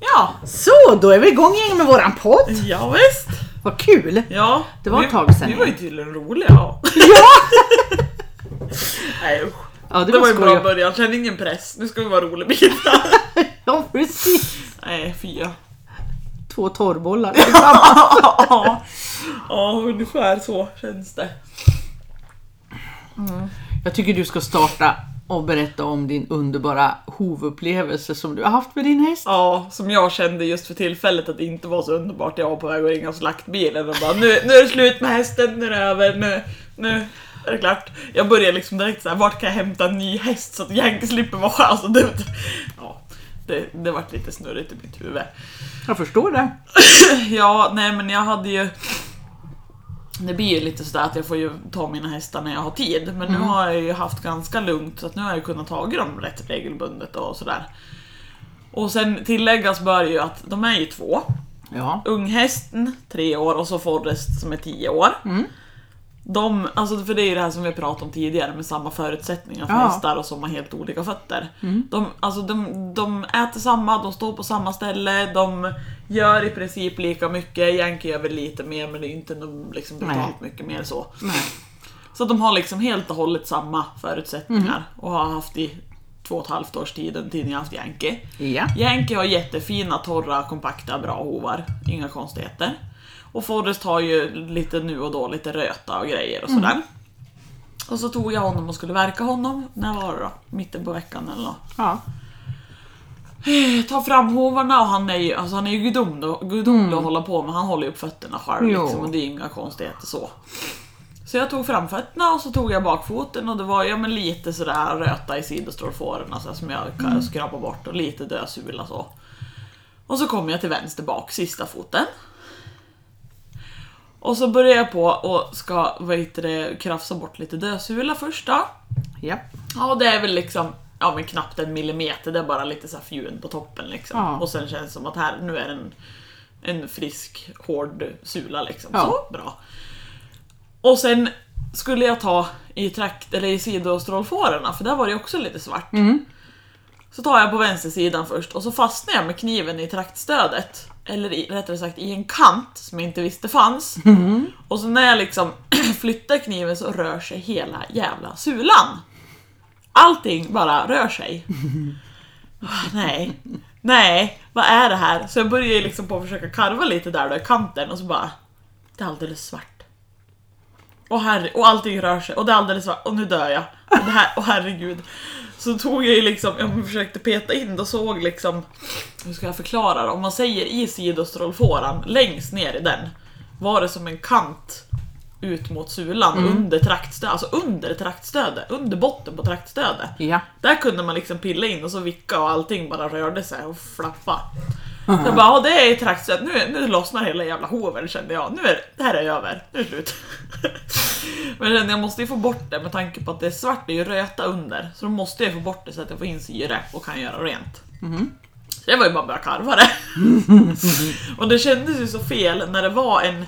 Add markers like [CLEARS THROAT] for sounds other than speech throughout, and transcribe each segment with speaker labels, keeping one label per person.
Speaker 1: Ja,
Speaker 2: Så, då är vi igång igen med våran podd.
Speaker 1: ja visst.
Speaker 2: Vad kul!
Speaker 1: Ja.
Speaker 2: Det var
Speaker 1: vi-
Speaker 2: ett tag sedan.
Speaker 1: Vi var ju tydligen roliga. Ja. Nej usch.
Speaker 2: Ja,
Speaker 1: Det, var ju en bra
Speaker 2: skoj.
Speaker 1: början, känn ingen press. Nu ska vi vara roliga bitar.
Speaker 2: Ja, precis.
Speaker 1: Nej fy ja.
Speaker 2: Två torrbollar. [LAUGHS]
Speaker 1: Ja, ja, ungefär så känns det.
Speaker 2: Jag tycker du ska starta och berätta om din underbara hovupplevelse som du har haft med din häst.
Speaker 1: Ja, som jag kände just för tillfället att det inte var så underbart. Jag var på väg att ringa slaktbilen och bara nu, nu är det slut med hästen, nu är det över, nu, nu är det klart. Jag började liksom direkt såhär, vart kan jag hämta en ny häst så att jag slipper vara alltså, det, ja, det, det vart lite snurrigt i mitt huvud.
Speaker 2: Jag förstår det.
Speaker 1: [LAUGHS] Ja, nej men jag hade ju det blir ju lite sådär att jag får ju ta mina hästar när jag har tid. Men nu har jag ju haft ganska lugnt så att nu har jag kunnat ta dem rätt regelbundet och sådär. Och sen tilläggas bör ju att de är ju två.
Speaker 2: Ja.
Speaker 1: Unghästen, tre år, och så Forrest som är tio år. De, alltså för det är ju det här som vi har pratat om tidigare med samma förutsättningar för
Speaker 2: Ja.
Speaker 1: hästar och som har helt olika fötter. De, alltså de, de äter samma, de står på samma ställe, de gör i princip lika mycket. Yankee gör väl lite mer men det är ju inte någon, liksom, brutalt mycket mer så.
Speaker 2: Nej.
Speaker 1: Så de har liksom helt och hållet samma förutsättningar och har haft i två och ett halvt års tid den tiden jag har haft Yankee.
Speaker 2: Ja.
Speaker 1: Yankee har jättefina, torra, kompakta, bra hovar. Inga konstigheter. Och Forrest har ju lite nu och då lite röta och grejer och sådär. Och så tog jag honom och skulle verka honom. När var det då? Mitten på veckan eller något.
Speaker 2: ja.
Speaker 1: Jag tar fram hovarna och han är ju, alltså han är ju gudomlig gudomlig att hålla på med. Han håller ju upp fötterna själv
Speaker 2: Jo.
Speaker 1: liksom, och det är inga konstigheter så. Så jag tog framfötterna och så tog jag bakfoten och det var ja, men lite sådär röta i sidostrålfåren alltså, som jag kan skrapa bort och lite dödsula så. Och så kom jag till vänster bak, sista foten. Och så börjar jag på och ska vad heter det, krafsa bort lite dödsula först då.
Speaker 2: Ja.
Speaker 1: Ja, det är väl liksom ja, men knappt en millimeter, det är bara lite så här fjun på toppen liksom.
Speaker 2: Ja.
Speaker 1: Och sen känns det som att här, nu är det en, en frisk, hård sula liksom.
Speaker 2: Ja.
Speaker 1: Så, bra. Och sen skulle jag ta i trakt, eller i sidostrålfårorna, för där var det ju också lite svart.
Speaker 2: Mm.
Speaker 1: Så tar jag på vänstersidan först och så fastnar jag med kniven i traktstödet. Eller i, rättare sagt i en kant som jag inte visste fanns.
Speaker 2: Mm.
Speaker 1: Och så när jag liksom [CLEARS THROAT] flyttar kniven så rör sig hela jävla sulan. Allting bara rör sig. Ah, Nej, nej, vad är det här? Så jag börjar ju liksom på att försöka karva lite där då i kanten och så bara... Det är alldeles svart. Och, herre, och allting rör sig och det är alldeles svart och nu dör jag. Och, det här, och herregud. Så tog jag ju liksom, jag försökte peta in och såg liksom... Hur ska jag förklara det? Om man säger i sidostrålfåran, längst ner i den, var det som en kant ut mot sulan under traktstödet, alltså under traktstödet, under botten på traktstödet.
Speaker 2: Ja.
Speaker 1: Där kunde man liksom pilla in och så vicka och allting bara rörde sig och flappa. Så jag bara, "Ja, det är traktstöd. Nu, nu lossnar hela jävla hoven kände jag. Nu är det, det här är över. Nu är det slut. [LAUGHS] Men jag kände, jag måste ju få bort det med tanke på att det är svart, det är ju röta under. Så då måste jag få bort det så att jag får in syre och kan göra rent. Så det var ju bara att börja karva det. [LAUGHS] och det kändes ju så fel när det var en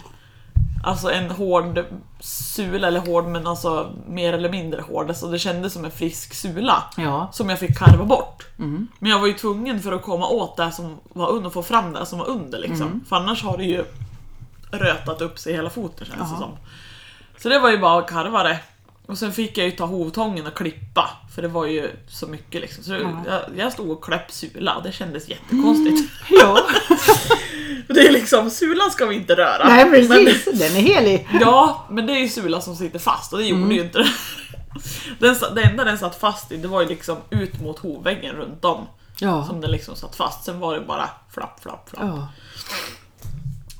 Speaker 1: Alltså en hård sula, eller hård men alltså mer eller mindre hård. Alltså det kändes som en frisk sula
Speaker 2: Ja.
Speaker 1: som jag fick karva bort.
Speaker 2: Mm.
Speaker 1: Men jag var ju tvungen för att komma åt det som var under, och få fram det som var under liksom.
Speaker 2: Mm.
Speaker 1: För annars har det ju rötat upp sig i hela foten känns det
Speaker 2: Ja.
Speaker 1: som. Så det var ju bara att karva det. Och sen fick jag ju ta hovtången och klippa, för det var ju så mycket liksom. Så det-
Speaker 2: Ja. Mm.
Speaker 1: jag, jag stod och klöpp sula och det kändes jättekonstigt. [LAUGHS]
Speaker 2: ja.
Speaker 1: Det är liksom, sulan ska vi inte röra.
Speaker 2: Nej,
Speaker 1: [LAUGHS] Men-
Speaker 2: precis. Den är helig.
Speaker 1: Ja, men det är ju sula som sitter fast och det gjorde ju inte den. den. sa- Det enda den satt fast i det var ju liksom ut mot hovväggen runt om.
Speaker 2: Ja.
Speaker 1: Som den liksom satt fast. Sen var det bara flapp, flapp, flapp.
Speaker 2: Ja.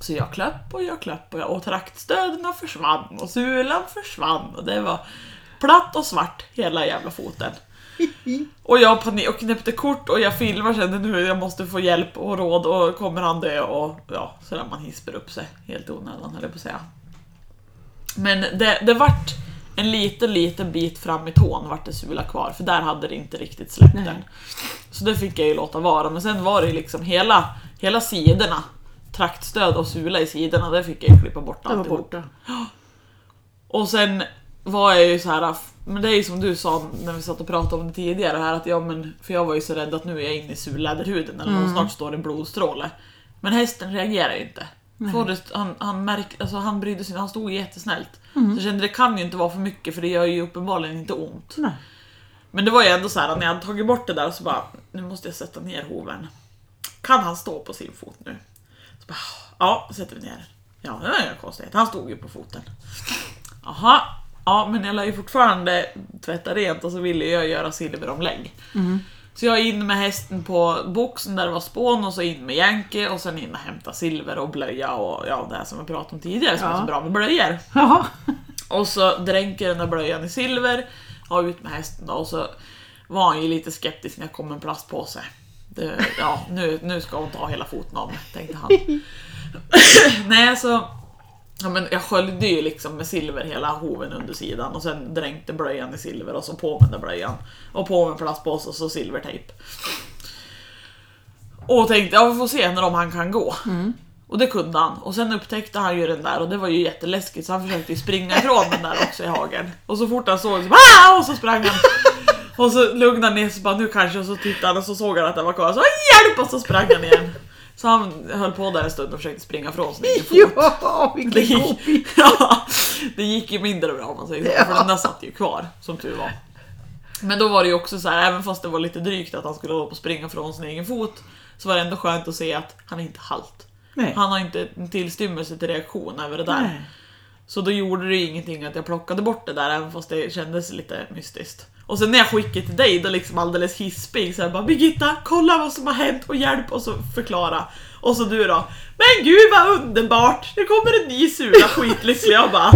Speaker 1: Så jag klöpp och jag klöpp och, jag, och traktstöden försvann och sulan försvann och det var platt och svart hela jävla foten. Och jag panik och knäppte kort och jag filmar kände nu jag måste få hjälp och råd och kommer han dö och ja, sådär man hisper upp sig helt onödan höll jag på att säga. Men det, det vart en liten, liten bit fram i tån vart det sula kvar för där hade det inte riktigt släppt
Speaker 2: Nej.
Speaker 1: den. Så det fick jag ju låta vara men sen var det ju liksom hela, hela sidorna, traktstöd och sula i sidorna, det fick jag ju klippa bort
Speaker 2: Den var
Speaker 1: alltihop.
Speaker 2: borta.
Speaker 1: Och sen var jag ju så här f- Men det är ju som du sa när vi satt och pratade om det tidigare här att ja men för jag var ju så rädd att nu är jag inne i surläderhuden eller mm. snart står det en blodstråle. Men hästen reagerar ju inte. Forrest, han, han, märk, alltså, han brydde sig inte, han stod jättesnällt. Så jag kände det kan ju inte vara för mycket för det gör ju uppenbarligen inte ont.
Speaker 2: Nej.
Speaker 1: Men det var ju ändå så här när jag hade tagit bort det där så bara, nu måste jag sätta ner hoven. Kan han stå på sin fot nu? Så bara, ja, sätter vi ner den. Ja, det var inga konstigheter. Han stod ju på foten. Jaha, ja men jag lär ju fortfarande tvätta rent och så ville jag göra silveromlägg. Så jag in med hästen på boxen där det var spån och så in med jänke och sen in och hämta silver och blöja och ja, det här som vi pratade om tidigare som är
Speaker 2: Ja.
Speaker 1: så bra med blöjor.
Speaker 2: Jaha.
Speaker 1: Och så dränker den där blöjan i silver, ja ut med hästen då, och så var han ju lite skeptisk när jag kom med en plastpåse. Det, ja, nu, nu ska hon ta hela foten av mig, tänkte han. Nej, så ja, men jag sköljde ju liksom med silver hela hoven under sidan och sen dränkte blöjan i silver och så på med den där blöjan. Och på med plastpåse och så silvertejp. Och tänkte, ja vi får se när om han kan gå. Och det kunde han. Och sen upptäckte han ju den där och det var ju jätteläskigt så han försökte ju springa ifrån den där också i hagen. Och så fort han såg så bara, "Ah!" och så sprang han. Och så lugnade han ner sig bara nu kanske och så tittade han och så såg han att den var kvar. Så hjälp! Och så sprang han igen. Så han höll på där en stund och försökte springa från sin egen fot.
Speaker 2: Ja,
Speaker 1: Det
Speaker 2: vilken god
Speaker 1: gick, [LAUGHS] ja, det gick ju mindre bra om man säger så, för
Speaker 2: Ja.
Speaker 1: den där satt ju kvar som tur var. Men då var det ju också så här, även fast det var lite drygt att han skulle hålla på och springa från sin egen fot, så var det ändå skönt att se att han är inte halt.
Speaker 2: Nej.
Speaker 1: Han har inte en tillstymmelse till reaktion över det där.
Speaker 2: Nej.
Speaker 1: Så då gjorde det ju ingenting att jag plockade bort det där, även fast det kändes lite mystiskt. Och sen när jag skickade till dig, då liksom alldeles hispig så här bara Birgitta, kolla vad som har hänt och hjälp och så förklara. Och så du då, men gud vad underbart! Nu kommer en ny sula skitlycklig. Jag bara,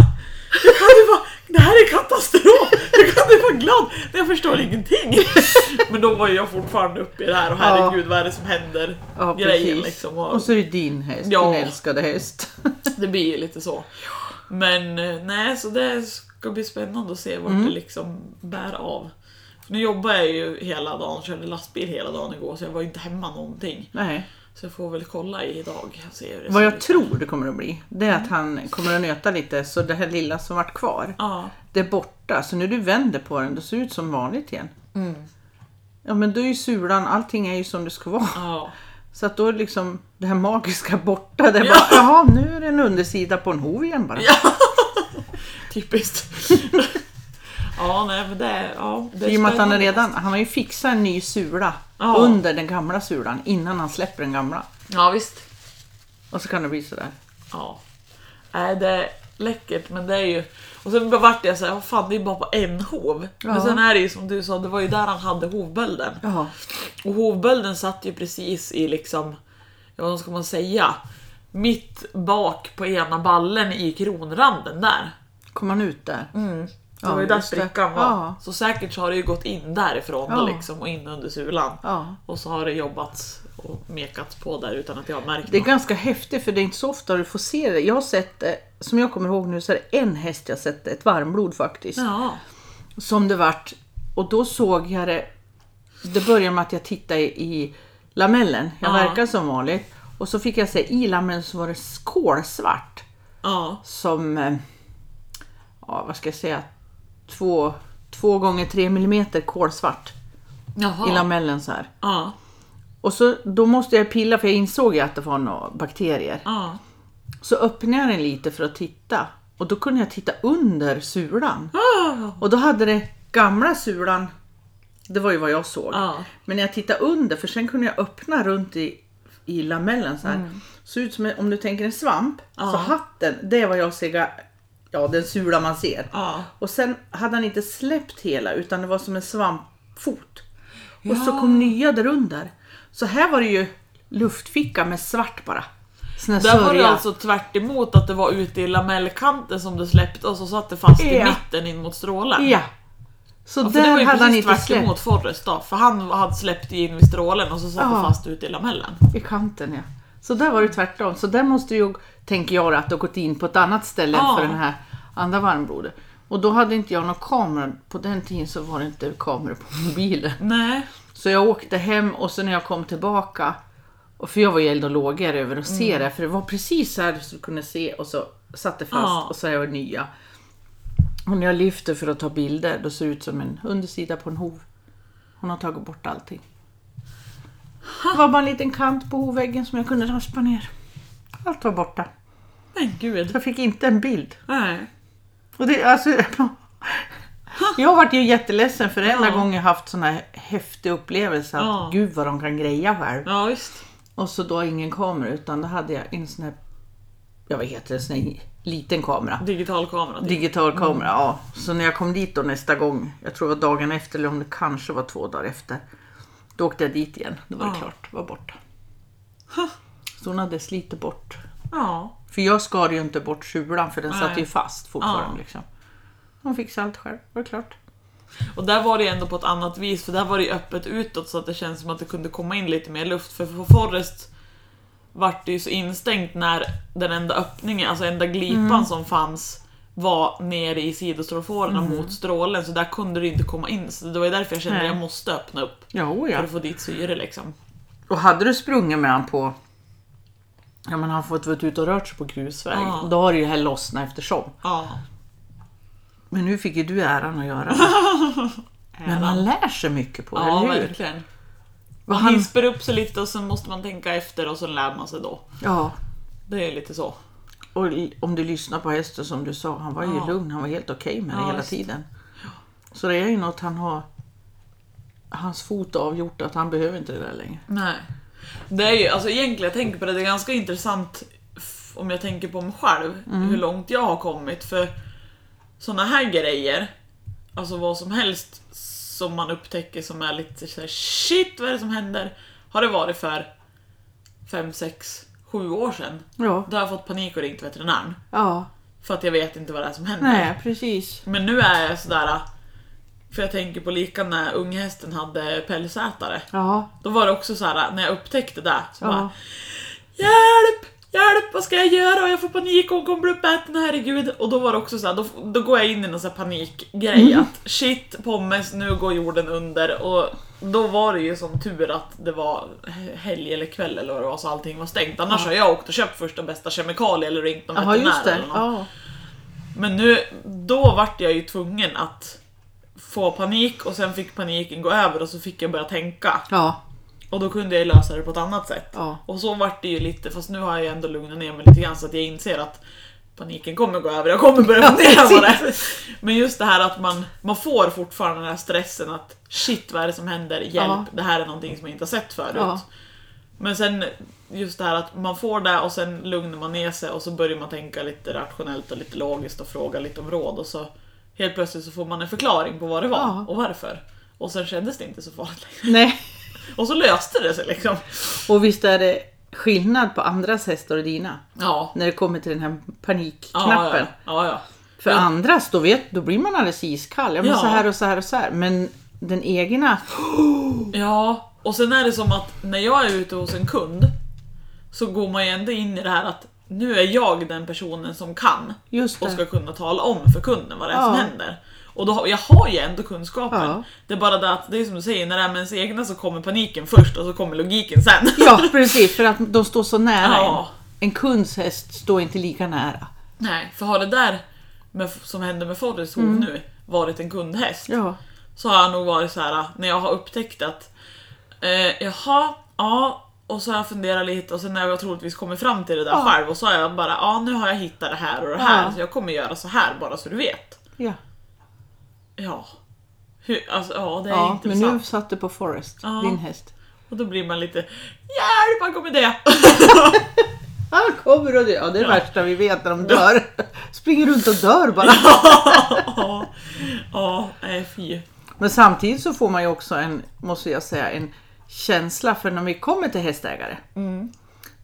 Speaker 1: hur kan du vara, det här är katastrof! Hur kan du vara glad? Men Jag förstår ingenting. Men då var ju jag fortfarande uppe i det här och herregud vad är det som händer?
Speaker 2: Ja,
Speaker 1: Grejen
Speaker 2: precis.
Speaker 1: liksom.
Speaker 2: Och så är det din häst,
Speaker 1: Ja.
Speaker 2: din älskade häst.
Speaker 1: Det blir ju lite så. Men eh, nej, så det ska bli spännande att se vart
Speaker 2: Mm.
Speaker 1: det liksom bär av. För nu jobbar jag ju hela dagen, körde lastbil hela dagen igår så jag var ju inte hemma någonting.
Speaker 2: Nej.
Speaker 1: Så jag får väl kolla idag och se hur det
Speaker 2: Vad
Speaker 1: ser
Speaker 2: jag
Speaker 1: ut.
Speaker 2: tror det kommer att bli, det är att han kommer att nöta lite så det här lilla som vart kvar,
Speaker 1: Ja,
Speaker 2: det är borta. Så när du vänder på den, då ser det ut som vanligt igen.
Speaker 1: Mm.
Speaker 2: Ja men då är ju sulan, allting är ju som det ska vara.
Speaker 1: ja.
Speaker 2: Så att då är liksom det här magiska borta. Det är
Speaker 1: Ja.
Speaker 2: bara, jaha nu är det en undersida på en hov igen bara.
Speaker 1: Typiskt. [LAUGHS] ja, nej men det, ja, det
Speaker 2: I och med att han, är
Speaker 1: spännande.
Speaker 2: redan, han har ju fixat en ny sula
Speaker 1: Ja.
Speaker 2: under den gamla sulan innan han släpper den gamla.
Speaker 1: Ja, visst.
Speaker 2: Och så kan det bli sådär.
Speaker 1: Ja. Nej, det är läckert men det är ju... Och sen vart jag såhär, vad fan det är ju bara på en hov. Men
Speaker 2: Ja.
Speaker 1: sen är det ju som du sa, det var ju där han hade hovbölden.
Speaker 2: Jaha.
Speaker 1: Och hovbölden satt ju precis i liksom, ja vad ska man säga, mitt bak på ena ballen i kronranden där.
Speaker 2: Kom han ut där?
Speaker 1: Mm. Det
Speaker 2: Ja,
Speaker 1: var ju där
Speaker 2: just det.
Speaker 1: sprickan var.
Speaker 2: Ja.
Speaker 1: Så säkert så har det ju gått in därifrån
Speaker 2: Ja.
Speaker 1: och, liksom, och in under sulan.
Speaker 2: Ja.
Speaker 1: Och så har det jobbats och mekats på där utan att jag har märkt
Speaker 2: Det är
Speaker 1: något.
Speaker 2: ganska häftigt för det är inte så ofta du får se det. Jag har sett, eh, som jag kommer ihåg nu, så är det en häst jag sett, ett varmblod faktiskt.
Speaker 1: Ja,
Speaker 2: Som det vart. Och då såg jag det. Det började med att jag tittade i, i lamellen. Jag
Speaker 1: Ja.
Speaker 2: verkar som vanligt. Och så fick jag se i lamellen så var det kolsvart.
Speaker 1: ja,
Speaker 2: Som, eh, ja vad ska jag säga, två, två gånger tre millimeter kolsvart i
Speaker 1: jaha.
Speaker 2: lamellen så här.
Speaker 1: Ja,
Speaker 2: Och så, då måste jag pilla för jag insåg ju att det var några bakterier.
Speaker 1: ja.
Speaker 2: Så öppnade jag den lite för att titta. Och då kunde jag titta under sulan.
Speaker 1: Ah,
Speaker 2: Och då hade det gamla sulan, det var ju vad jag såg.
Speaker 1: Ja.
Speaker 2: Men när jag tittade under, för sen kunde jag öppna runt i, i lamellen så här.
Speaker 1: Mm.
Speaker 2: Såg ut som en- om du tänker en svamp, så hatten, det är vad jag ser, ga- ja den sula man ser.
Speaker 1: Ja.
Speaker 2: Och sen hade han inte släppt hela utan det var som en svampfot. Och så
Speaker 1: Ja.
Speaker 2: kom nya där under. Så här var det ju luftficka med svart bara. Sån här
Speaker 1: Där var det
Speaker 2: sörja.
Speaker 1: alltså tvärt emot att det var ute i lamellkanten som det släppte och så satt det fast i
Speaker 2: Ja.
Speaker 1: mitten in mot strålen.
Speaker 2: Ja. Så
Speaker 1: För det var
Speaker 2: där
Speaker 1: ju
Speaker 2: hade han
Speaker 1: precis
Speaker 2: inte
Speaker 1: tvärt
Speaker 2: släppt.
Speaker 1: emot Forrest då, för han hade släppt in vid strålen och så satt det
Speaker 2: Ja.
Speaker 1: fast ute i lamellen.
Speaker 2: I kanten ja. Så där var det tvärtom. Så där måste ju, tänker jag, att det har gått in på ett annat ställe
Speaker 1: Ja.
Speaker 2: än för den här andra varmbrodern. Och då hade inte jag någon kamera. På den tiden så var det inte kameror på mobilen.
Speaker 1: Nej.
Speaker 2: Så jag åkte hem och så när jag kom tillbaka, och för jag var ju eld och lågor över att se det, för det var precis så här du skulle kunna se och så satt det fast
Speaker 1: Ja.
Speaker 2: och så är det nya. Och när jag lyfter för att ta bilder, då ser det ut som en undersida på en hov. Hon har tagit bort allting. Det var bara en liten kant på hovväggen som jag kunde raspa ner. Allt var borta.
Speaker 1: Men gud.
Speaker 2: Jag fick inte en bild.
Speaker 1: Nej.
Speaker 2: Och det, alltså, [LAUGHS] jag vart ju jätteledsen för enda
Speaker 1: Ja.
Speaker 2: gång jag haft sån här häftig upplevelse att
Speaker 1: Ja.
Speaker 2: gud vad de kan greja själv.
Speaker 1: Ja visst.
Speaker 2: Och så då ingen kamera utan då hade jag en sån här, jag vad heter det, sån här liten kamera.
Speaker 1: Digital kamera. typ.
Speaker 2: Digital kamera, ja. Så när jag kom dit då nästa gång, jag tror det var dagen efter eller om det kanske var två dagar efter. Då åkte jag dit igen, då var det
Speaker 1: Ja.
Speaker 2: klart, det var borta.
Speaker 1: Huh.
Speaker 2: Så hon hade slitit bort.
Speaker 1: Ja.
Speaker 2: För jag skar ju inte bort sulan för den
Speaker 1: Nej.
Speaker 2: satt ju fast fortfarande.
Speaker 1: Ja.
Speaker 2: Liksom. Hon fixade allt själv, var det klart.
Speaker 1: Och där var det ändå på ett annat vis för där var det ju öppet utåt så att det känns som att det kunde komma in lite mer luft för på Forrest vart det ju så instängt när den enda öppningen, alltså enda glipan som fanns var nere i sidostrofårerna mot strålen så där kunde det inte komma in så det var ju därför jag kände att
Speaker 2: Nej.
Speaker 1: jag måste öppna upp
Speaker 2: Jo,
Speaker 1: för
Speaker 2: ja.
Speaker 1: att få dit syre liksom.
Speaker 2: Och hade du sprungit med han på Ja men han fått varit ute och rört sig på grusväg.
Speaker 1: Ja.
Speaker 2: Då har det ju här lossnat eftersom.
Speaker 1: Ja.
Speaker 2: Men nu fick ju du äran att
Speaker 1: [LAUGHS]
Speaker 2: göra det. Men man lär sig mycket på det,
Speaker 1: Ja,
Speaker 2: eller hur?
Speaker 1: verkligen.
Speaker 2: Vad
Speaker 1: Man
Speaker 2: han,
Speaker 1: hisper upp sig lite och sen måste man tänka efter och så lär man sig då.
Speaker 2: ja,
Speaker 1: Det är lite så.
Speaker 2: och l- om du lyssnar på hästen som du sa, han var ju
Speaker 1: Ja.
Speaker 2: lugn, han var helt okej med det
Speaker 1: Ja,
Speaker 2: hela
Speaker 1: visst.
Speaker 2: tiden. Så det är ju något han har, hans fot har avgjort att han behöver inte det där längre.
Speaker 1: Nej. Det är ju, alltså egentligen, jag tänker på det, det är ganska intressant f- om jag tänker på mig själv,
Speaker 2: Mm.
Speaker 1: hur långt jag har kommit. För såna här grejer, alltså vad som helst som man upptäcker som är lite såhär shit, vad är det som händer? Har det varit för 5, 6, 7 år sedan.
Speaker 2: Ja,
Speaker 1: Då har jag fått panik och ringt veterinären.
Speaker 2: ja,
Speaker 1: För att jag vet inte vad det är som händer.
Speaker 2: nej precis.
Speaker 1: Men nu är jag sådär, för jag tänker på lika när unghästen hade pälsätare.
Speaker 2: Ja,
Speaker 1: Då var det också så här när jag upptäckte det så
Speaker 2: Ja.
Speaker 1: bara Hjälp! Hjälp! Vad ska jag göra? Jag får panik, hon kommer bli uppäten, herregud. Och då var det också så här, då, då går jag in i någon så här panikgrej
Speaker 2: Mm.
Speaker 1: att shit pommes, nu går jorden under. Och då var det ju som tur att det var he- helg eller kväll eller vad det var så allting var stängt. Annars har jag åkt och köpt första bästa kemikalie eller ringt någon
Speaker 2: Jaha, just
Speaker 1: veterinär
Speaker 2: det.
Speaker 1: eller något.
Speaker 2: Ja.
Speaker 1: Men nu, då vart jag ju tvungen att få panik och sen fick paniken gå över och så fick jag börja tänka.
Speaker 2: Ja,
Speaker 1: Och då kunde jag ju lösa det på ett annat sätt.
Speaker 2: ja,
Speaker 1: Och så vart det ju lite, fast nu har jag ju ändå lugnat ner mig lite grann så att jag inser att paniken kommer gå över, jag kommer börja
Speaker 2: Ja,
Speaker 1: fundera på det.
Speaker 2: precis.
Speaker 1: Men just det här att man, man får fortfarande den här stressen att shit vad är det som händer, hjälp,
Speaker 2: Ja.
Speaker 1: det här är någonting som jag inte har sett förut.
Speaker 2: Ja.
Speaker 1: Men sen just det här att man får det och sen lugnar man ner sig och så börjar man tänka lite rationellt och lite logiskt och fråga lite om råd och så helt plötsligt så får man en förklaring på vad det var
Speaker 2: Ja.
Speaker 1: och varför. Och sen kändes det inte så farligt [LAUGHS] längre.
Speaker 2: nej.
Speaker 1: Och så löste det sig liksom.
Speaker 2: Och visst är det skillnad på andras hästar och dina?
Speaker 1: Ja,
Speaker 2: När det kommer till den här
Speaker 1: Ja,
Speaker 2: panikknappen.
Speaker 1: Ja, ja. ja,
Speaker 2: För
Speaker 1: Ja.
Speaker 2: andras, då, vet, då blir man alldeles iskall. Ja, men
Speaker 1: Ja.
Speaker 2: så här och så här och så här. Men den egna,
Speaker 1: ja. ja, och sen är det som att när jag är ute hos en kund så går man ju ändå in i det här att nu är jag den personen som kan
Speaker 2: just
Speaker 1: och
Speaker 2: det.
Speaker 1: ska kunna tala om för kunden vad det är som
Speaker 2: Ja.
Speaker 1: händer. Och då, har- jag har ju ändå kunskapen.
Speaker 2: Ja.
Speaker 1: Det är bara det att, det är som du säger, när det är med ens egna så kommer paniken först och så kommer logiken sen.
Speaker 2: Ja, precis. För att de står så nära
Speaker 1: Ja.
Speaker 2: en. En kunds häst står inte lika nära.
Speaker 1: [LAUGHS] Nej, för har det där med, som hände med Forrest hov nu varit en kundhäst
Speaker 2: Mm. Ja.
Speaker 1: så har jag nog varit så här när jag har upptäckt att eh, jaha, ja och så har jag funderat lite och sen har jag troligtvis kommit fram till det där
Speaker 2: Ja.
Speaker 1: själv och så har jag bara ja nu har jag hittat det här och det här
Speaker 2: Ja.
Speaker 1: så jag kommer göra så här bara så du vet.
Speaker 2: Ja,
Speaker 1: Ja. Hur, alltså, ja det är
Speaker 2: ja men
Speaker 1: intressant.
Speaker 2: nu satt det på Forrest,
Speaker 1: Ja.
Speaker 2: din häst.
Speaker 1: Och då blir man lite Hjälp, här kommer det!
Speaker 2: Han kommer och dör. Ja, det är det värsta vi vet när de dör. [LAUGHS] Springer runt och dör bara.
Speaker 1: [LAUGHS] Ja, ja, nej fy.
Speaker 2: Men samtidigt så får man ju också en, måste jag säga, en känsla för när vi kommer till hästägare.
Speaker 1: Mm.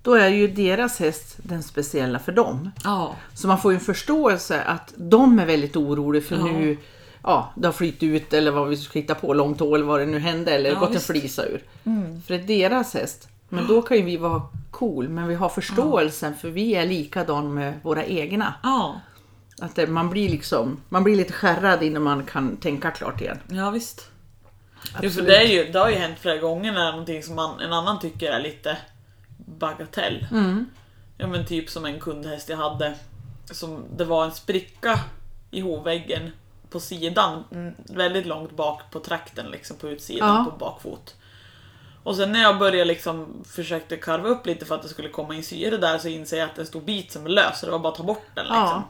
Speaker 2: Då är ju deras häst den speciella för dem.
Speaker 1: Ja,
Speaker 2: Så man får ju en förståelse att de är väldigt oroliga för
Speaker 1: Ja.
Speaker 2: nu, ja, det har flytt ut eller vad vi ska hitta på, långt hår eller vad det nu hände eller
Speaker 1: Ja,
Speaker 2: gått
Speaker 1: visst. Mm.
Speaker 2: en flisa ur. För det är deras häst. Men då kan ju vi vara cool, men vi har förståelsen för vi är likadan med våra egna.
Speaker 1: ja,
Speaker 2: Att det, man blir liksom, man blir lite skärrad innan man kan tänka klart igen.
Speaker 1: ja visst. Jo, för det, är ju, det har ju hänt flera gånger när någonting som man, en annan tycker är lite bagatell.
Speaker 2: Mm.
Speaker 1: Ja men typ som en kundhäst jag hade. Som, det var en spricka i hovväggen på sidan, mm, väldigt långt bak på trakten, liksom på utsidan
Speaker 2: Ja.
Speaker 1: på bakfot. Och sen när jag började liksom försökte karva upp lite för att det skulle komma in syre där så inser jag att det stod bit som är lös så det var bara att ta bort den liksom.
Speaker 2: Ja.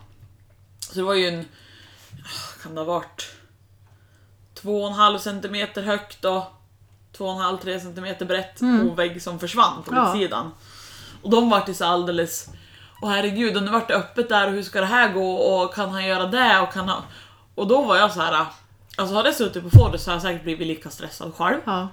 Speaker 1: Så det var ju en, ah, kan det ha varit, 2,5 centimeter högt och 2,5-3 centimeter brett ovägg som försvann på
Speaker 2: Mm. Ja.
Speaker 1: utsidan. Och de vart ju så alldeles, åh herregud, och nu vart det öppet där och hur ska det här gå och kan han göra det och kan han... Och då var jag så här. alltså hade jag suttit på Fodus så hade jag säkert blivit lika stressad själv.
Speaker 2: Ja.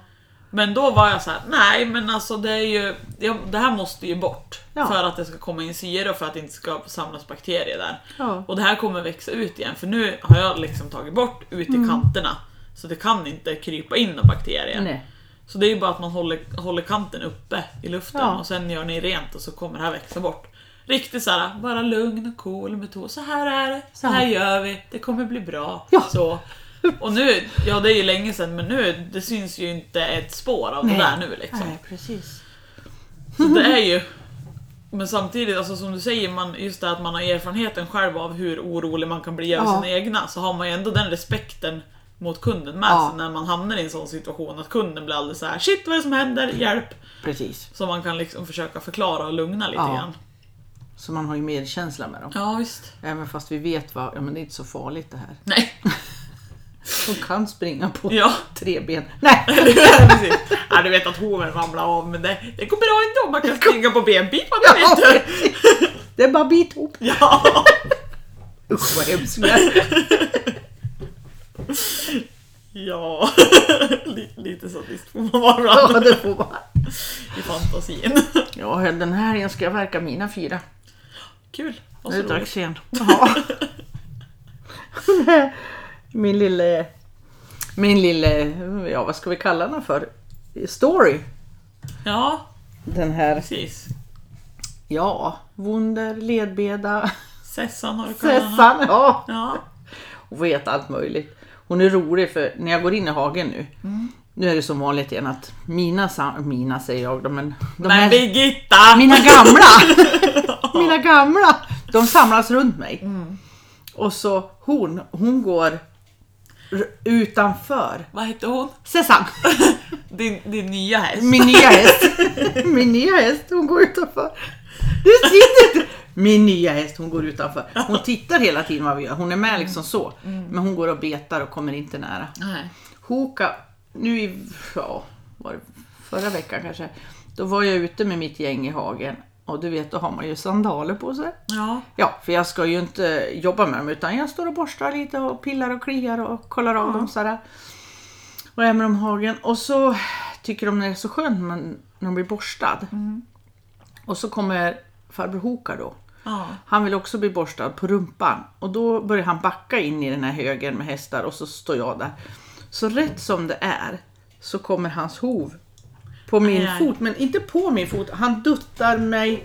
Speaker 1: Men då var jag så här: nej men alltså det är ju, ja, det här måste ju bort.
Speaker 2: Ja.
Speaker 1: För att det ska komma in syre och för att det inte ska samlas bakterier där.
Speaker 2: Ja.
Speaker 1: Och det här kommer växa ut igen för nu har jag liksom tagit bort ut
Speaker 2: Mm.
Speaker 1: i kanterna. Så det kan inte krypa in några bakterier.
Speaker 2: Nej.
Speaker 1: Så det är ju bara att man håller, håller kanten uppe i luften
Speaker 2: Ja.
Speaker 1: och sen gör ni rent och så kommer det här växa bort. Riktigt såhär, bara lugn och cool metod. Så här är det, så här
Speaker 2: Ja.
Speaker 1: gör vi, det kommer bli bra.
Speaker 2: Ja.
Speaker 1: Så. Och nu, ja det är ju länge sedan men nu, det syns ju inte ett spår av
Speaker 2: Nej.
Speaker 1: det där nu liksom.
Speaker 2: Nej, precis.
Speaker 1: Så det är ju... Men samtidigt, alltså som du säger, man, just det att man har erfarenheten själv av hur orolig man kan bli över
Speaker 2: Ja.
Speaker 1: sina egna, så har man ju ändå den respekten mot kunden med
Speaker 2: Ja.
Speaker 1: sig när man hamnar i en sån situation att kunden blir alldeles så här: shit vad är det som händer, hjälp!
Speaker 2: Precis.
Speaker 1: Så man kan liksom försöka förklara och lugna lite
Speaker 2: Ja.
Speaker 1: grann.
Speaker 2: Så man har ju medkänsla med dem.
Speaker 1: Ja visst.
Speaker 2: Även fast vi vet vad, ja men det är inte så farligt det här.
Speaker 1: Nej. [LAUGHS]
Speaker 2: De kan springa på [LAUGHS]
Speaker 1: Ja.
Speaker 2: tre ben. Nej!
Speaker 1: Precis. ja, du vet att hoven ramlar av men det, det går bra ändå, man kan springa på benbit man
Speaker 2: Ja,
Speaker 1: vet du.
Speaker 2: precis. det är bara bit ihop.
Speaker 1: [LAUGHS] Ja.
Speaker 2: Usch vad hemskt det är.
Speaker 1: Ja. [LAUGHS] Lite, lite sadist får man vara ibland.
Speaker 2: Ja, det får vara.
Speaker 1: i fantasin.
Speaker 2: Ja, den här helgen ska jag verka mina fyra.
Speaker 1: Kul. Vad
Speaker 2: Nu är
Speaker 1: så
Speaker 2: det
Speaker 1: roligt.
Speaker 2: dags igen. Ja. [LAUGHS] min lille... Min lille... Ja, vad ska vi kalla den för? Story.
Speaker 1: [LAUGHS] Ja,
Speaker 2: Den här...
Speaker 1: precis.
Speaker 2: Ja, Wunder, ledbeda, [LAUGHS]
Speaker 1: Sessan har du kallat henne.
Speaker 2: Sessan. Ja,
Speaker 1: Ja.
Speaker 2: hon vet allt möjligt. Hon är rolig för när jag går in i hagen nu. Nu är det som vanligt igen att mina, sam- mina säger jag då, men de
Speaker 1: Men
Speaker 2: här-
Speaker 1: Birgitta! [LAUGHS]
Speaker 2: Mina gamla! Mina gamla! De samlas runt mig. Och så hon, hon går r- utanför.
Speaker 1: Vad hette hon? [LAUGHS]
Speaker 2: Susanne!
Speaker 1: Din, din nya häst.
Speaker 2: Min nya häst. Min nya häst, hon går utanför. Du sitter inte! Min nya häst, hon går utanför. Hon tittar hela tiden vad vi gör. Hon är med liksom så. Men hon går och betar och kommer inte nära.
Speaker 1: Nej.
Speaker 2: Hoka, nu i, ja, var det förra veckan kanske, då var jag ute med mitt gäng i hagen och du vet, då har man ju sandaler på sig.
Speaker 1: Ja.
Speaker 2: Ja, för jag ska ju inte jobba med dem utan jag står och borstar lite och pillar och kliar och kollar av dem sådär. Och är med dem i hagen och så tycker de det är så skönt när man- när de blir borstad. Och så kommer farbror Hoka då.
Speaker 1: Ja.
Speaker 2: Han vill också bli borstad på rumpan och då börjar han backa in i den här högen med hästar och så står jag där. Så rätt som det är så kommer hans hov på min
Speaker 1: Aj, aj.
Speaker 2: fot, men inte på min fot. Han duttar mig.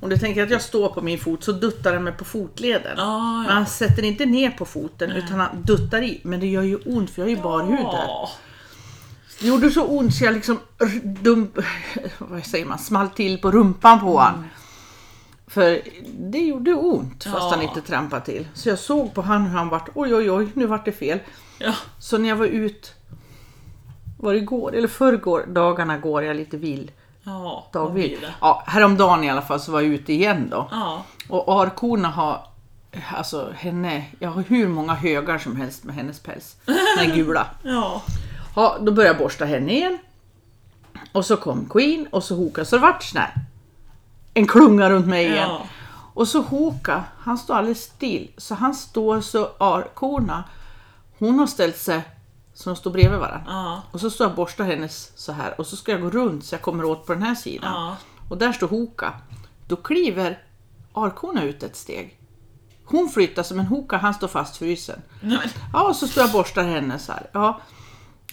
Speaker 2: Om du tänker att jag står på min fot så duttar han mig på fotleden.
Speaker 1: Ah, Ja,
Speaker 2: Men
Speaker 1: ja.
Speaker 2: han sätter inte ner på foten utan han duttar i. Men det gör ju ont för jag är ju barhud där.
Speaker 1: Ja.
Speaker 2: Det gjorde så ont så jag liksom r- dump, [LAUGHS] vad säger man, small till på rumpan på han. För det gjorde ont fast
Speaker 1: Ja.
Speaker 2: han inte trampade till. Så jag såg på han hur han vart, oj oj oj, nu vart det fel.
Speaker 1: Ja.
Speaker 2: Så när jag var ut, var det igår eller förrgår, dagarna går jag lite vill.
Speaker 1: Ja. vad blir
Speaker 2: Dagvill.
Speaker 1: det?
Speaker 2: Ja, häromdagen i alla fall så var jag ute igen då.
Speaker 1: Ja.
Speaker 2: Och arkorna har, alltså henne, jag har hur många högar som helst med hennes päls. Den gula.
Speaker 1: Ja.
Speaker 2: Ja, då började jag borsta henne igen. Och så kom Queen och så Hoka, så det vart sån här en klunga runt mig igen.
Speaker 1: Ja.
Speaker 2: Och så Hoka, han står alldeles still. Så han står så arkorna, hon har ställt sig så de står bredvid varandra.
Speaker 1: Ja.
Speaker 2: Och så står jag och borstar hennes så här och så ska jag gå runt så jag kommer åt på den här sidan.
Speaker 1: Ja.
Speaker 2: Och där står Hoka. Då kliver arkorna ut ett steg. Hon flyttar sig men Hoka han står fast frusen.
Speaker 1: Nej, men,
Speaker 2: Ja, och så står jag och borstar henne så här. Ja.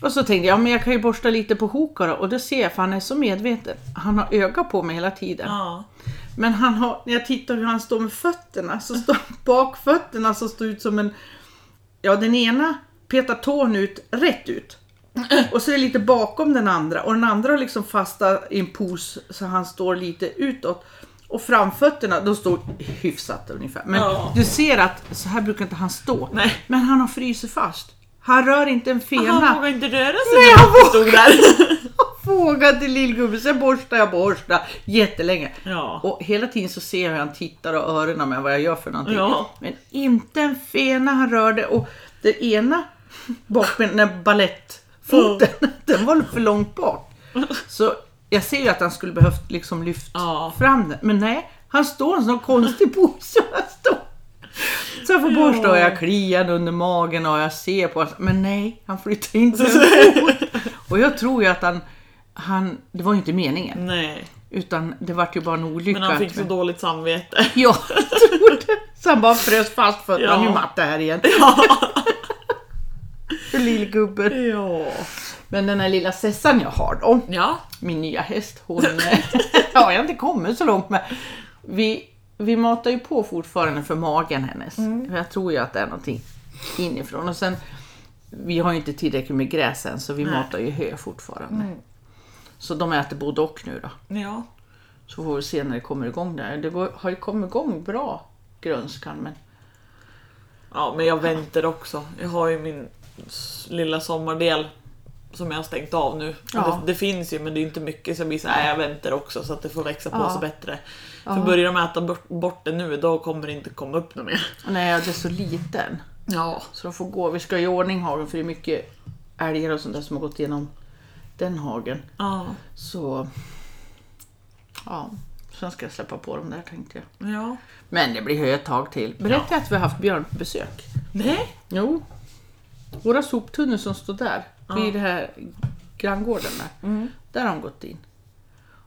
Speaker 2: Och så tänkte jag, ja, men jag kan ju borsta lite på Hoka då. Och det ser jag, för han är så medveten. Han har öga på mig hela tiden.
Speaker 1: ja.
Speaker 2: Men han har, när jag tittar hur han står med fötterna, så står [LAUGHS] bakfötterna som står ut som en... Ja, den ena petar tån ut, rätt ut. Och så är det lite bakom den andra. Och den andra har liksom fasta i en pos så han står lite utåt. Och framfötterna, de står hyfsat ungefär. Men
Speaker 1: Ja.
Speaker 2: du ser att så här brukar inte han stå.
Speaker 1: Nej.
Speaker 2: Men han har frysit fast. Han rör inte en fena.
Speaker 1: Han vågar inte röra sig
Speaker 2: Nej,
Speaker 1: när
Speaker 2: han
Speaker 1: han stod där.
Speaker 2: [LAUGHS] Fråga till lillgubben, sen borstar jag borsta jättelänge.
Speaker 1: Ja.
Speaker 2: Och hela tiden så ser jag hur han tittar och öronen med vad jag gör för någonting.
Speaker 1: Ja.
Speaker 2: Men inte en fena han rörde och den ena bakbenen, den balettfoten, [LAUGHS] den var för långt bak. Så jag ser ju att han skulle behövt liksom lyfta
Speaker 1: Ja.
Speaker 2: fram den. Men nej, han står i en sån konstig pose. [LAUGHS] Han står. Så jag får borsta och jag kliar under magen och jag ser på honom. Men nej, han flyttar inte
Speaker 1: [LAUGHS]
Speaker 2: en fot. Och jag tror ju att han, han, det var ju inte [LAUGHS] meningen.
Speaker 1: Nej,
Speaker 2: Utan det vart ju bara en olycka.
Speaker 1: men han fick
Speaker 2: att-
Speaker 1: så dåligt samvete. [LAUGHS]
Speaker 2: Ja, jag tror det. Så han bara frös fast fötterna.
Speaker 1: Ja.
Speaker 2: Nu är matte här igen.
Speaker 1: Ja.
Speaker 2: Lillgubben.
Speaker 1: ja.
Speaker 2: Men den här lilla Sessan jag har då,
Speaker 1: Ja.
Speaker 2: min nya häst, hon... [LAUGHS] eh, ja, jag har inte kommit så långt men vi, vi matar ju på fortfarande för magen hennes. För jag tror ju att det är någonting inifrån. Och sen, vi har ju inte tillräckligt med gräs än så vi matar ju hö fortfarande. Så de äter både och nu då.
Speaker 1: Ja.
Speaker 2: Så får vi se när det kommer igång där. Det går, har ju kommit igång bra, grönskan, men
Speaker 1: Ja, men jag väntar också. Jag har ju min s- lilla sommardel som jag har stängt av nu. Och
Speaker 2: Ja.
Speaker 1: Det, det finns ju men det är inte mycket så jag blir såhär, jag väntar också så att det får växa på
Speaker 2: Ja.
Speaker 1: sig bättre. För börjar de äta bort, bort det nu då kommer det inte komma upp något mer.
Speaker 2: Nej, det är så liten.
Speaker 1: Ja.
Speaker 2: Så de får gå. Vi ska i ordning hagen för det är mycket älgar och sånt där som har gått igenom den hagen.
Speaker 1: Ja.
Speaker 2: Så ja, sen ska jag släppa på dem där tänkte jag.
Speaker 1: ja.
Speaker 2: Men det blir hö ett tag till. Berätta att vi har haft björn på besök.
Speaker 1: Nej.
Speaker 2: Jo. Våra soptunnor som står där vid det här granngården där. Där har de gått in.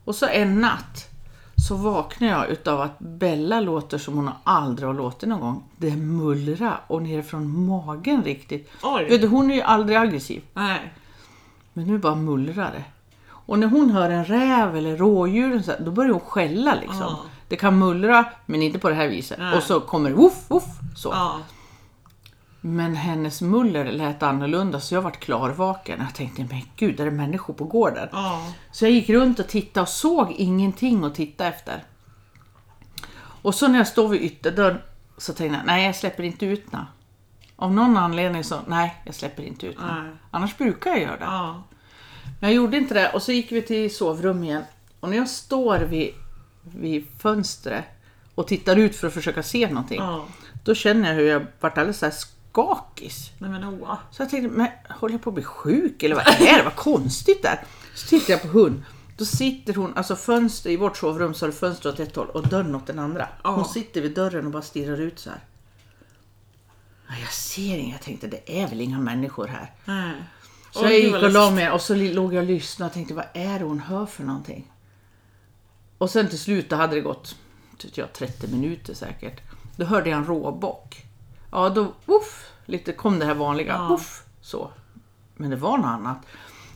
Speaker 2: Och så en natt så vaknar jag utav att Bella låter som hon aldrig har låtit någon gång. Det mullrar och ner från magen riktigt.
Speaker 1: Oj.
Speaker 2: Vet du, hon är ju aldrig aggressiv.
Speaker 1: Nej.
Speaker 2: Men nu bara mullrar det. Och när hon hör en räv eller rådjur, och så här, då börjar hon skälla liksom.
Speaker 1: Ja.
Speaker 2: Det kan mullra, men inte på det här viset.
Speaker 1: Nej.
Speaker 2: Och så kommer det woof, woof, så.
Speaker 1: Ja.
Speaker 2: Men hennes muller lät annorlunda så jag vart klarvaken. Jag tänkte, men gud, är det människor på gården?
Speaker 1: Ja.
Speaker 2: Så jag gick runt och tittade och såg ingenting att titta efter. Och så när jag stod vid ytterdörren så tänkte jag, nej jag släpper inte ut nå. Av någon anledning så, nej jag släpper inte ut nå.
Speaker 1: Nej.
Speaker 2: Annars brukar jag göra det.
Speaker 1: Ja.
Speaker 2: Men jag gjorde inte det och så gick vi till sovrum igen. Och när jag står vid, vid fönstret och tittar ut för att försöka se någonting.
Speaker 1: ja.
Speaker 2: Då känner jag hur jag vart alldeles så här skakis.
Speaker 1: Nej men Oa.
Speaker 2: Så jag tänkte, men håller jag på att bli sjuk eller vad är det? Vad konstigt det är. Så tittar jag på hon. Då sitter hon, alltså fönster i vårt sovrum så har du fönster åt ett håll och dörren åt den andra.
Speaker 1: Ja.
Speaker 2: Hon sitter vid dörren och bara stirrar ut så här. Ja, Jag ser inget. Jag tänkte, det är väl inga människor här.
Speaker 1: Nej.
Speaker 2: Så
Speaker 1: Oj,
Speaker 2: jag gick
Speaker 1: vad
Speaker 2: och la
Speaker 1: läskigt.
Speaker 2: mig och så li- låg jag och lyssnade och tänkte, vad är det hon hör för någonting? Och sen till slut, då hade det gått tyckte jag, 30 minuter säkert. Då hörde jag en råbock. Ja, då uff, lite kom det här vanliga.
Speaker 1: Ja.
Speaker 2: Uff, så. Men det var något annat.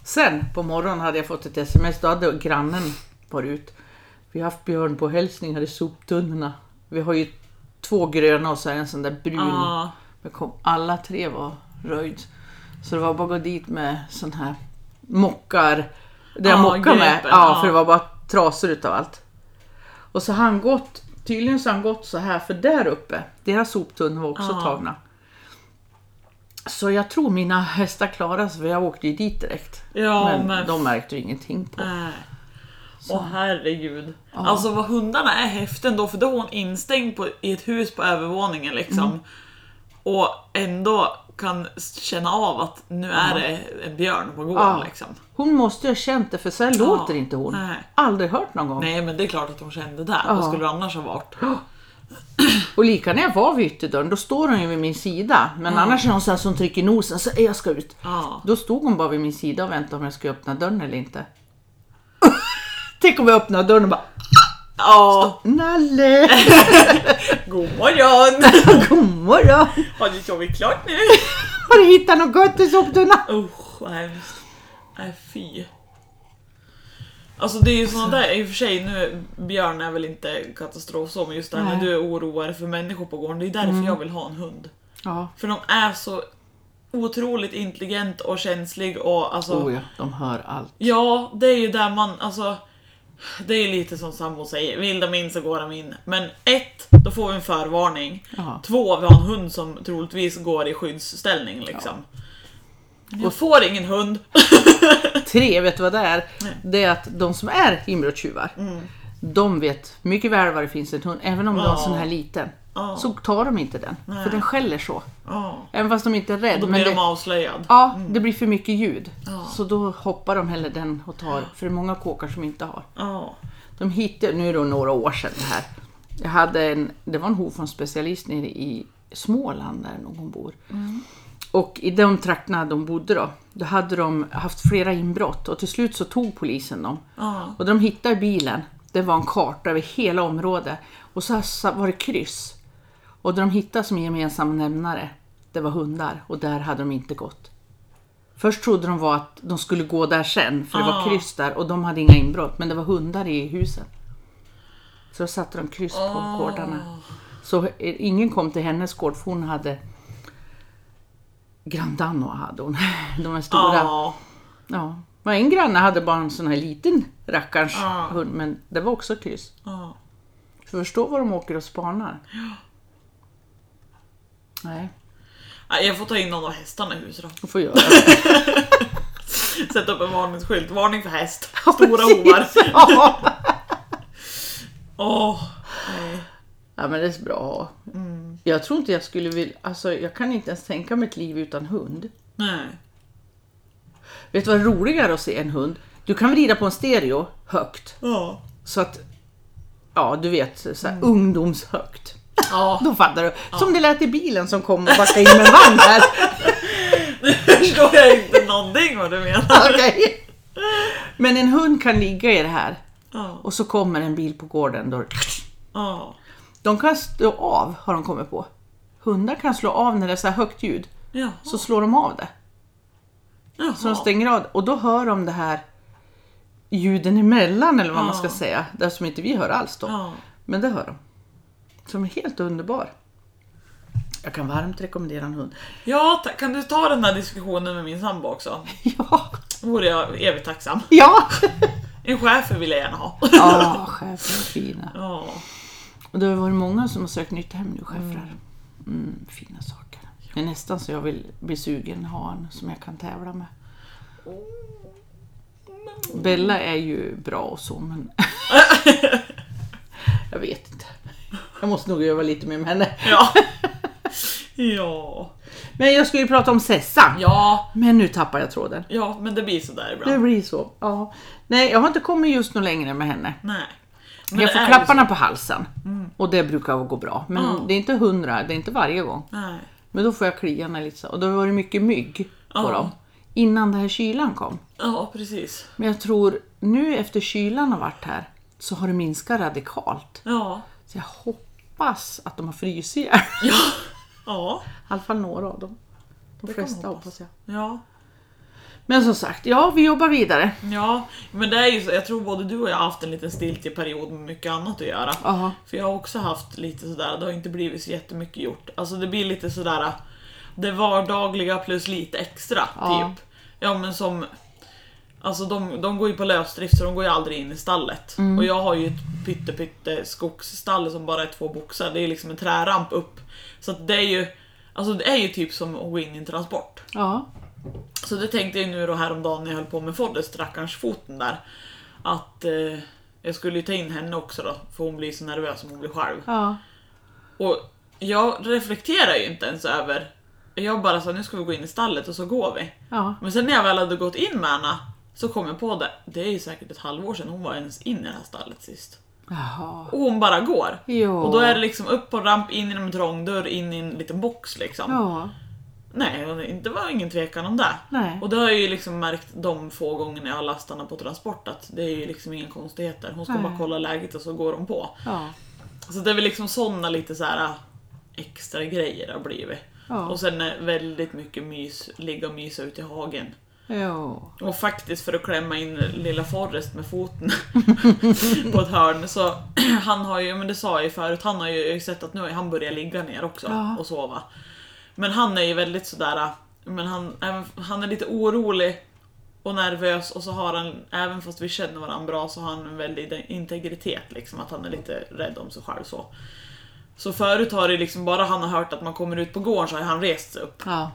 Speaker 2: Sen på morgonen hade jag fått ett sms. Då hade grannen varit ut. Vi har haft björn på hälsning här i soptunnorna. Vi har ju två gröna och så här en sån där brun.
Speaker 1: Ja.
Speaker 2: Men kom, alla tre var röjd. Så det var bara att gå dit med sån här mockar. Det jag
Speaker 1: Ja,
Speaker 2: mockar med. Ja,
Speaker 1: grepen, ja.
Speaker 2: för det var bara trasor utav allt. Och så har han gått, tydligen så har han gått så här, för där uppe, deras soptunnor var också
Speaker 1: Ja.
Speaker 2: tagna. Så jag tror mina hästar klarade sig, för jag åkte ju dit direkt.
Speaker 1: Ja,
Speaker 2: men,
Speaker 1: men-
Speaker 2: de märkte ju ingenting på.
Speaker 1: Nej. Åh herregud. Alltså vad hundarna är häften då för då är hon instängd på, i ett hus på övervåningen liksom.
Speaker 2: Mm.
Speaker 1: Och ändå kan s- känna av att nu är det en björn på gården
Speaker 2: Ja.
Speaker 1: liksom.
Speaker 2: Hon måste ju ha känt det, för så här låter inte hon.
Speaker 1: Nej.
Speaker 2: Aldrig hört någon gång.
Speaker 1: Nej men det är klart att hon kände det.
Speaker 2: Ja.
Speaker 1: Vad skulle det annars ha varit?
Speaker 2: Och lika när jag var vid ytterdörren, då står hon ju vid min sida. Men annars är hon sån som trycker nosen, så är jag ska ut.
Speaker 1: Ja.
Speaker 2: Då stod hon bara vid min sida och väntade om jag skulle öppna dörren eller inte. [LAUGHS] Tänk om jag öppnar dörren och bara
Speaker 1: Ja.
Speaker 2: Nalle! [LAUGHS]
Speaker 1: God morgon!
Speaker 2: God morgon!
Speaker 1: Har du sovit klart nu?
Speaker 2: Har du hittat något gott i soptunnan?
Speaker 1: Usch vad hemskt. Nej fy. Alltså det är ju sådana där, i och för sig nu, björn är väl inte katastrof så men just det här när
Speaker 2: Nej.
Speaker 1: du är oroad för människor på gården, det är därför jag vill ha en hund.
Speaker 2: Ja.
Speaker 1: För de är så otroligt intelligent och känslig och alltså
Speaker 2: Oh ja, de hör allt.
Speaker 1: Ja, det är ju där man, alltså Det är lite som sambo säger, vill de in så går de in. Men ett, då får vi en förvarning.
Speaker 2: Ja.
Speaker 1: Två, vi har en hund som troligtvis går i skyddsställning liksom. Jag
Speaker 2: Och-
Speaker 1: får
Speaker 2: [LAUGHS]
Speaker 1: ingen hund.
Speaker 2: Tre, vet du vad det är?
Speaker 1: Nej. Mm.
Speaker 2: Det är att de som är inbrottstjuvar, de vet mycket väl var det finns en hund. Även om det var en
Speaker 1: Ja.
Speaker 2: sån här liten,
Speaker 1: Ja.
Speaker 2: så tar de inte den. För den skäller så.
Speaker 1: Ja,
Speaker 2: Även fast de inte är rädda.
Speaker 1: då
Speaker 2: Men
Speaker 1: blir de
Speaker 2: det,
Speaker 1: avslöjad.
Speaker 2: ja, det blir för mycket ljud.
Speaker 1: Ja.
Speaker 2: Så då hoppar de hellre den och tar. För det är många kåkar som inte har.
Speaker 1: Ja.
Speaker 2: De hittade, nu är det några år sedan det här. Jag hade en, det var en hovfångstspecialist nere i Småland där någon bor. Och i de trakterna de bodde då, då hade de haft flera inbrott och till slut så tog polisen dem.
Speaker 1: Ja.
Speaker 2: Och de hittade bilen, det var en karta över hela området och så sa- var det kryss. Och det de hittade som gemensam nämnare, det var hundar och där hade de inte gått. Först trodde de var att de skulle gå där sen, för det var
Speaker 1: Ah.
Speaker 2: kryss där och de hade inga inbrott, men det var hundar i husen. Så då satte de kryss på
Speaker 1: Ah.
Speaker 2: gårdarna. Så eh, ingen kom till hennes gård, för hon hade Grandanoa hade hon, [LAUGHS] de här stora.
Speaker 1: Ja.
Speaker 2: Ja. Men en granne hade bara en sån här liten rackarns
Speaker 1: Ja.
Speaker 2: hund, men det var också kryss.
Speaker 1: Ja.
Speaker 2: Så förstå vad de åker och spanar. Nej,
Speaker 1: Nej, Jag får ta in någon av hästarna i huset då. [LAUGHS]
Speaker 2: de får göra det.
Speaker 1: Sätta upp en varningsskylt. Varning för häst.
Speaker 2: [LAUGHS]
Speaker 1: Stora hovar.
Speaker 2: ja.
Speaker 1: Åh. nej.
Speaker 2: ja, men det är bra att ha.
Speaker 1: Mm.
Speaker 2: Jag tror inte jag skulle vilja, alltså jag kan inte ens tänka mig ett liv utan hund.
Speaker 1: Nej.
Speaker 2: Vet du vad roligare att se en hund? Du kan vrida på en stereo högt,
Speaker 1: Ja.
Speaker 2: så att, ja du vet, så här, ungdomshögt.
Speaker 1: Mm. Ja. [LAUGHS]
Speaker 2: Då fattar du. Som det lät i bilen som kom och backade in med en vagn här.
Speaker 1: förstår jag inte någonting vad du menar.
Speaker 2: [LAUGHS] Okej. Men en hund kan ligga i det här
Speaker 1: Ja,
Speaker 2: och så kommer en bil på gården. Då.
Speaker 1: ja,
Speaker 2: De kan slå av har de kommit på. Hundar kan slå av när det är så här högt ljud.
Speaker 1: ja.
Speaker 2: Så slår de av det.
Speaker 1: Jaha.
Speaker 2: Så de stänger av det. Och då hör de det här ljuden emellan eller vad man
Speaker 1: Ja.
Speaker 2: ska säga. Där som inte vi hör alls då.
Speaker 1: Ja.
Speaker 2: Men det hör de. Som är helt underbar. Jag kan varmt rekommendera en hund.
Speaker 1: ja, ta- kan du ta den här diskussionen med min sambo också?
Speaker 2: [LAUGHS] Ja!
Speaker 1: Vore jag evigt tacksam.
Speaker 2: [LAUGHS] Ja!
Speaker 1: En schäfer vill jag
Speaker 2: [LAUGHS]
Speaker 1: gärna ha.
Speaker 2: Ja, chefer är fina.
Speaker 1: Ja,
Speaker 2: Och det har varit många som har sökt nytt hem nu, schäfrar. Mm, fina saker. Det är nästan så jag vill bli sugen ha en som jag kan tävla med. Bella är ju bra och så, men... [LAUGHS] jag vet inte. Jag måste nog öva lite mer med henne. [LAUGHS]
Speaker 1: ja. Ja,
Speaker 2: Men jag skulle ju prata om Sessan.
Speaker 1: ja,
Speaker 2: Men nu tappar jag tråden.
Speaker 1: ja, men det blir sådär
Speaker 2: Det
Speaker 1: ibland.
Speaker 2: blir så. Ja. Nej, jag har inte kommit just nu längre med henne.
Speaker 1: Nej. Men
Speaker 2: Jag
Speaker 1: det
Speaker 2: får
Speaker 1: är Mm.
Speaker 2: klapparna på halsen. Och det brukar gå bra. Men det är inte hundra, det är inte varje gång.
Speaker 1: ju så. Nej.
Speaker 2: Men då får jag kliarna lite så. Och då var det mycket mygg på
Speaker 1: Ja.
Speaker 2: dem. Innan den här kylan kom.
Speaker 1: Ja, precis.
Speaker 2: Men jag tror nu efter kylan har varit här så har det minskat radikalt.
Speaker 1: Ja,
Speaker 2: Så jag hoppas att de har frysit
Speaker 1: [LAUGHS]
Speaker 2: ihjäl. I
Speaker 1: ja, ja,
Speaker 2: alla fall några av dem. De
Speaker 1: kan man
Speaker 2: flesta
Speaker 1: hoppas.
Speaker 2: hoppas jag.
Speaker 1: ja.
Speaker 2: Men som sagt, ja vi jobbar vidare.
Speaker 1: Ja, men det är ju så. Jag tror både du och jag har haft en liten stiltig period med mycket annat att göra.
Speaker 2: Aha.
Speaker 1: För jag har också haft lite sådär, det har inte blivit så jättemycket gjort. Alltså det blir lite sådär det vardagliga plus lite extra,
Speaker 2: Ja.
Speaker 1: typ. Ja men som Alltså de, de går ju på lösdrift så de går ju aldrig in i stallet. Och jag har ju ett pytte pytte skogsstall som bara är två boxar. Det är liksom en träramp upp. Så att det är ju Alltså det är ju typ som att gå in i en transport.
Speaker 2: Ja.
Speaker 1: Så det tänkte jag nu då häromdagen när jag höll på med Foddes rackarns foten där. Att eh, jag skulle ju ta in henne också då, för hon blir så nervös om hon blir själv.
Speaker 2: ja.
Speaker 1: Och jag reflekterar ju inte ens över... Jag bara sa nu ska vi gå in i stallet och så går vi.
Speaker 2: Ja.
Speaker 1: Men sen när jag väl hade gått in med henne så kom jag på det. Det är ju säkert ett halvår sedan hon var ens in i det här stallet sist.
Speaker 2: Jaha.
Speaker 1: Och hon bara går.
Speaker 2: Ja.
Speaker 1: Och då är det liksom upp på ramp, in genom en trång dörr, in i en liten box liksom.
Speaker 2: Ja.
Speaker 1: Nej, det var ingen tvekan om det.
Speaker 2: Nej.
Speaker 1: Och det har jag ju liksom märkt de få gångerna jag har lastarna på transport att det är ju liksom inga konstigheter. Hon ska
Speaker 2: Nej.
Speaker 1: bara kolla läget och så går hon på.
Speaker 2: Ja.
Speaker 1: Så det är väl liksom såna lite så här extra grejer det har blivit.
Speaker 2: Ja.
Speaker 1: Och sen är väldigt mycket mys, ligga och mysa ute i hagen.
Speaker 2: Ja.
Speaker 1: Och faktiskt för att klämma in lilla Forrest med foten [LAUGHS] på ett hörn så [CLEARS THROAT] han har ju, men det sa jag ju förut, han har ju, jag har ju sett att nu har ju han börjat ligga ner också
Speaker 2: Ja.
Speaker 1: och sova. Men han är ju väldigt sådär, men han, även- han är lite orolig och nervös och så har han, även fast vi känner varandra bra, så har han en väldig integritet. Liksom, att han är lite rädd om sig själv. Så Så förut har det liksom, bara han har hört att man kommer ut på gården så har han rest sig upp.
Speaker 2: Ja.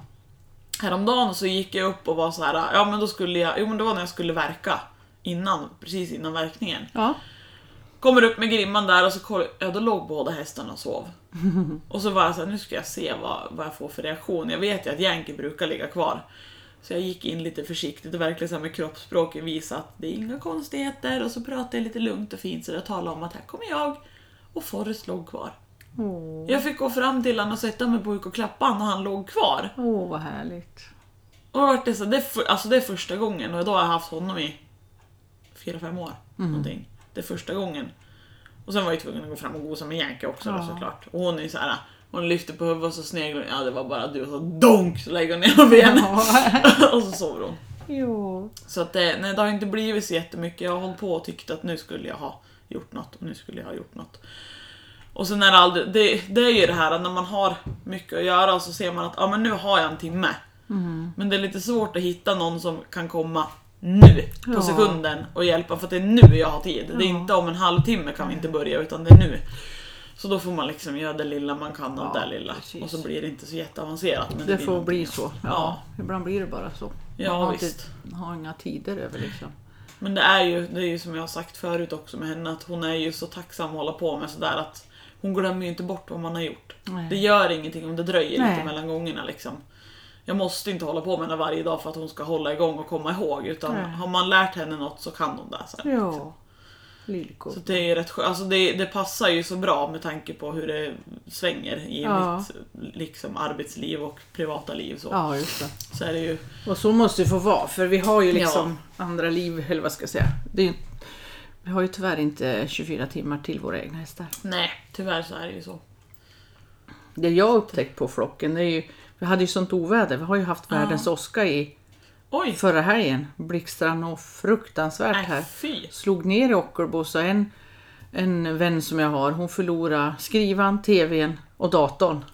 Speaker 1: Häromdagen så gick jag upp och var så här, ja men då skulle jag, jo men det var när jag skulle verka. Innan, precis innan verkningen.
Speaker 2: Ja.
Speaker 1: Kommer upp med grimman där och så koll, ja då låg båda hästarna och sov. Och så var jag såhär, nu ska jag se vad, vad jag får för reaktion. Jag vet ju att Yankee brukar ligga kvar. Så jag gick in lite försiktigt och verkligen så här med kroppsspråket visa att det är inga konstigheter. Och så pratade jag lite lugnt och fint så jag talade om att här kommer jag. Och Forrest låg kvar.
Speaker 2: Åh,
Speaker 1: Jag fick gå fram till honom och sätta mig på huk och klappa honom och han låg kvar.
Speaker 2: åh, vad härligt.
Speaker 1: [LAUGHS] Och då vart det, så, det, är för, alltså det är första gången och idag har jag haft honom i 4-5 år. Någonting. Det är första gången. Och sen var jag tvungen att gå fram och gosa med Jänka också då,
Speaker 2: Ja.
Speaker 1: såklart. Och hon är ju såhär, hon lyfter på huvudet och så sneglar hon. Ja det var bara du och så donk så lägger hon ner benet. [LAUGHS] och så sover hon.
Speaker 2: Jo.
Speaker 1: Så att det, nej, det har inte blivit så jättemycket. Jag har hållit på och tyckt att nu skulle jag ha gjort något och nu skulle jag ha gjort något. Och sen är det aldrig, det, det är ju det här att när man har mycket att göra och så ser man att ja men nu har jag en timme.
Speaker 2: Mm.
Speaker 1: Men det är lite svårt att hitta någon som kan komma nu på
Speaker 2: Ja.
Speaker 1: sekunden och hjälpa för att det är nu jag har tid. Det är inte om en halvtimme kan vi inte börja utan det är nu. Så då får man liksom göra det lilla man kan av
Speaker 2: Ja,
Speaker 1: det lilla.
Speaker 2: precis.
Speaker 1: Och så blir det inte så jätteavancerat. Men
Speaker 2: Det
Speaker 1: blir
Speaker 2: får bli
Speaker 1: någonting.
Speaker 2: så.
Speaker 1: Ja.
Speaker 2: Ibland blir det bara så.
Speaker 1: Ja,
Speaker 2: Man har
Speaker 1: visst.
Speaker 2: Inte, har inga tider över liksom.
Speaker 1: Men det är, ju, det är ju som jag har sagt förut också med henne att hon är ju så tacksam att hålla på med sådär att hon glömmer ju inte bort vad man har gjort.
Speaker 2: Nej.
Speaker 1: Det gör ingenting om det dröjer
Speaker 2: Nej.
Speaker 1: lite mellan gångerna liksom. Jag måste inte hålla på med henne varje dag för att hon ska hålla igång och komma ihåg utan
Speaker 2: Nej.
Speaker 1: har man lärt henne något så kan hon det. Så, här, liksom.
Speaker 2: Ja. Lillko.
Speaker 1: så det är ju rätt skönt. Alltså det, det passar ju så bra med tanke på hur det svänger i
Speaker 2: Ja.
Speaker 1: mitt liksom, arbetsliv och privata liv. Så.
Speaker 2: Ja, just det.
Speaker 1: så är det ju
Speaker 2: Och så måste det få vara, för vi har ju liksom andra liv, eller vad ska jag säga. Det är ju, vi har ju tyvärr inte 24 timmar till våra egna hästar.
Speaker 1: Nej, tyvärr så är det ju så.
Speaker 2: Det jag har upptäckt på flocken, det är ju, vi hade ju sånt oväder. Vi har ju haft världens åska i
Speaker 1: Oj!
Speaker 2: förra helgen. Blixtrade och fruktansvärt här.
Speaker 1: Nej, fy!
Speaker 2: Slog ner i Ockelbo, så en, en vän som jag har, hon förlorade skrivan, tvn och datorn.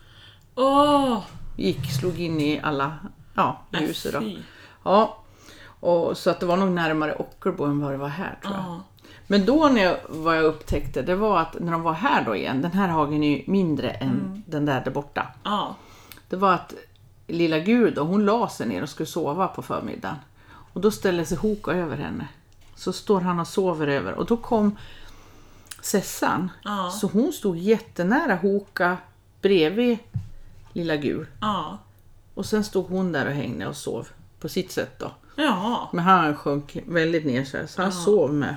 Speaker 1: Åh!
Speaker 2: Gick, slog in i alla, ja, i
Speaker 1: nej,
Speaker 2: huset då.
Speaker 1: Äh, fy.
Speaker 2: Ja. Och, så att det var nog närmare Ockelbo än vad det var här tror jag.
Speaker 1: Ja.
Speaker 2: Men då när jag, vad jag upptäckte, det var att när de var här då igen, den här hagen är ju mindre än
Speaker 1: Mm.
Speaker 2: den där där borta.
Speaker 1: Ja.
Speaker 2: Det var att lilla Gud, och hon la sig ner och skulle sova på förmiddagen. Och då ställde sig Hoka över henne. Så står han och sover över och då kom Sessan.
Speaker 1: Ja.
Speaker 2: Så hon stod jättenära Hoka bredvid lilla Gud.
Speaker 1: Ja.
Speaker 2: Och sen stod hon där och hängde och sov på sitt sätt då.
Speaker 1: Ja.
Speaker 2: Men han sjönk väldigt ner så, här, så han sov med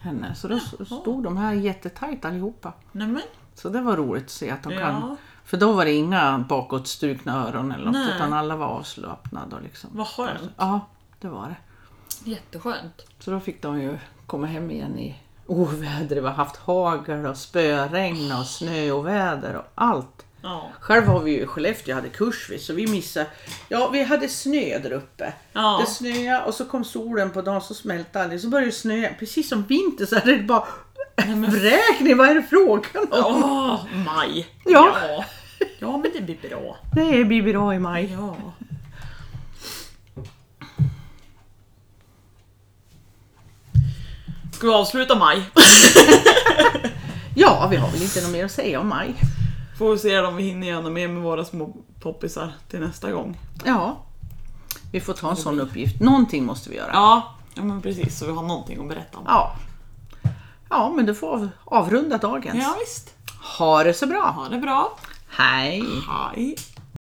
Speaker 2: henne. Så då stod de här jättetajt allihopa.
Speaker 1: Nej men.
Speaker 2: Så det var roligt att se att de
Speaker 1: Ja.
Speaker 2: kan. För då var det inga bakåtstrukna öron eller något,
Speaker 1: Nej.
Speaker 2: utan alla var avslappnade. Och liksom.
Speaker 1: Vad skönt.
Speaker 2: Ja, det var det.
Speaker 1: Jätteskönt.
Speaker 2: Så då fick de ju komma hem igen i oväder. Vi har haft hagel och spöregn och snöoväder och allt.
Speaker 1: Ja.
Speaker 2: Själv har vi ju i Skellefteå, hade kurs vi, så vi missade. Ja, vi hade snö där uppe.
Speaker 1: Ja.
Speaker 2: Det snöade och så kom solen på dagen så smälte aldrig. Så började det snöa. Precis som vinter så är det bara vräkning, vad är det frågan om?
Speaker 1: Åh, maj.
Speaker 2: Ja.
Speaker 1: ja. Ja, men det blir bra.
Speaker 2: Nej, det blir bra i maj.
Speaker 1: Ja. Ska vi avsluta maj?
Speaker 2: Ja, vi har väl inte något mer att säga om maj.
Speaker 1: Får vi se om vi hinner göra något mer med våra små poppisar till nästa gång.
Speaker 2: Ja, vi får ta en sån uppgift. Någonting måste vi göra.
Speaker 1: Ja, ja men precis. Så vi har någonting att berätta om.
Speaker 2: Ja, ja men du får vi avrunda dagens.
Speaker 1: Ja, visst.
Speaker 2: Ha det så bra.
Speaker 1: Ha det bra.
Speaker 2: Hej!
Speaker 1: Hej.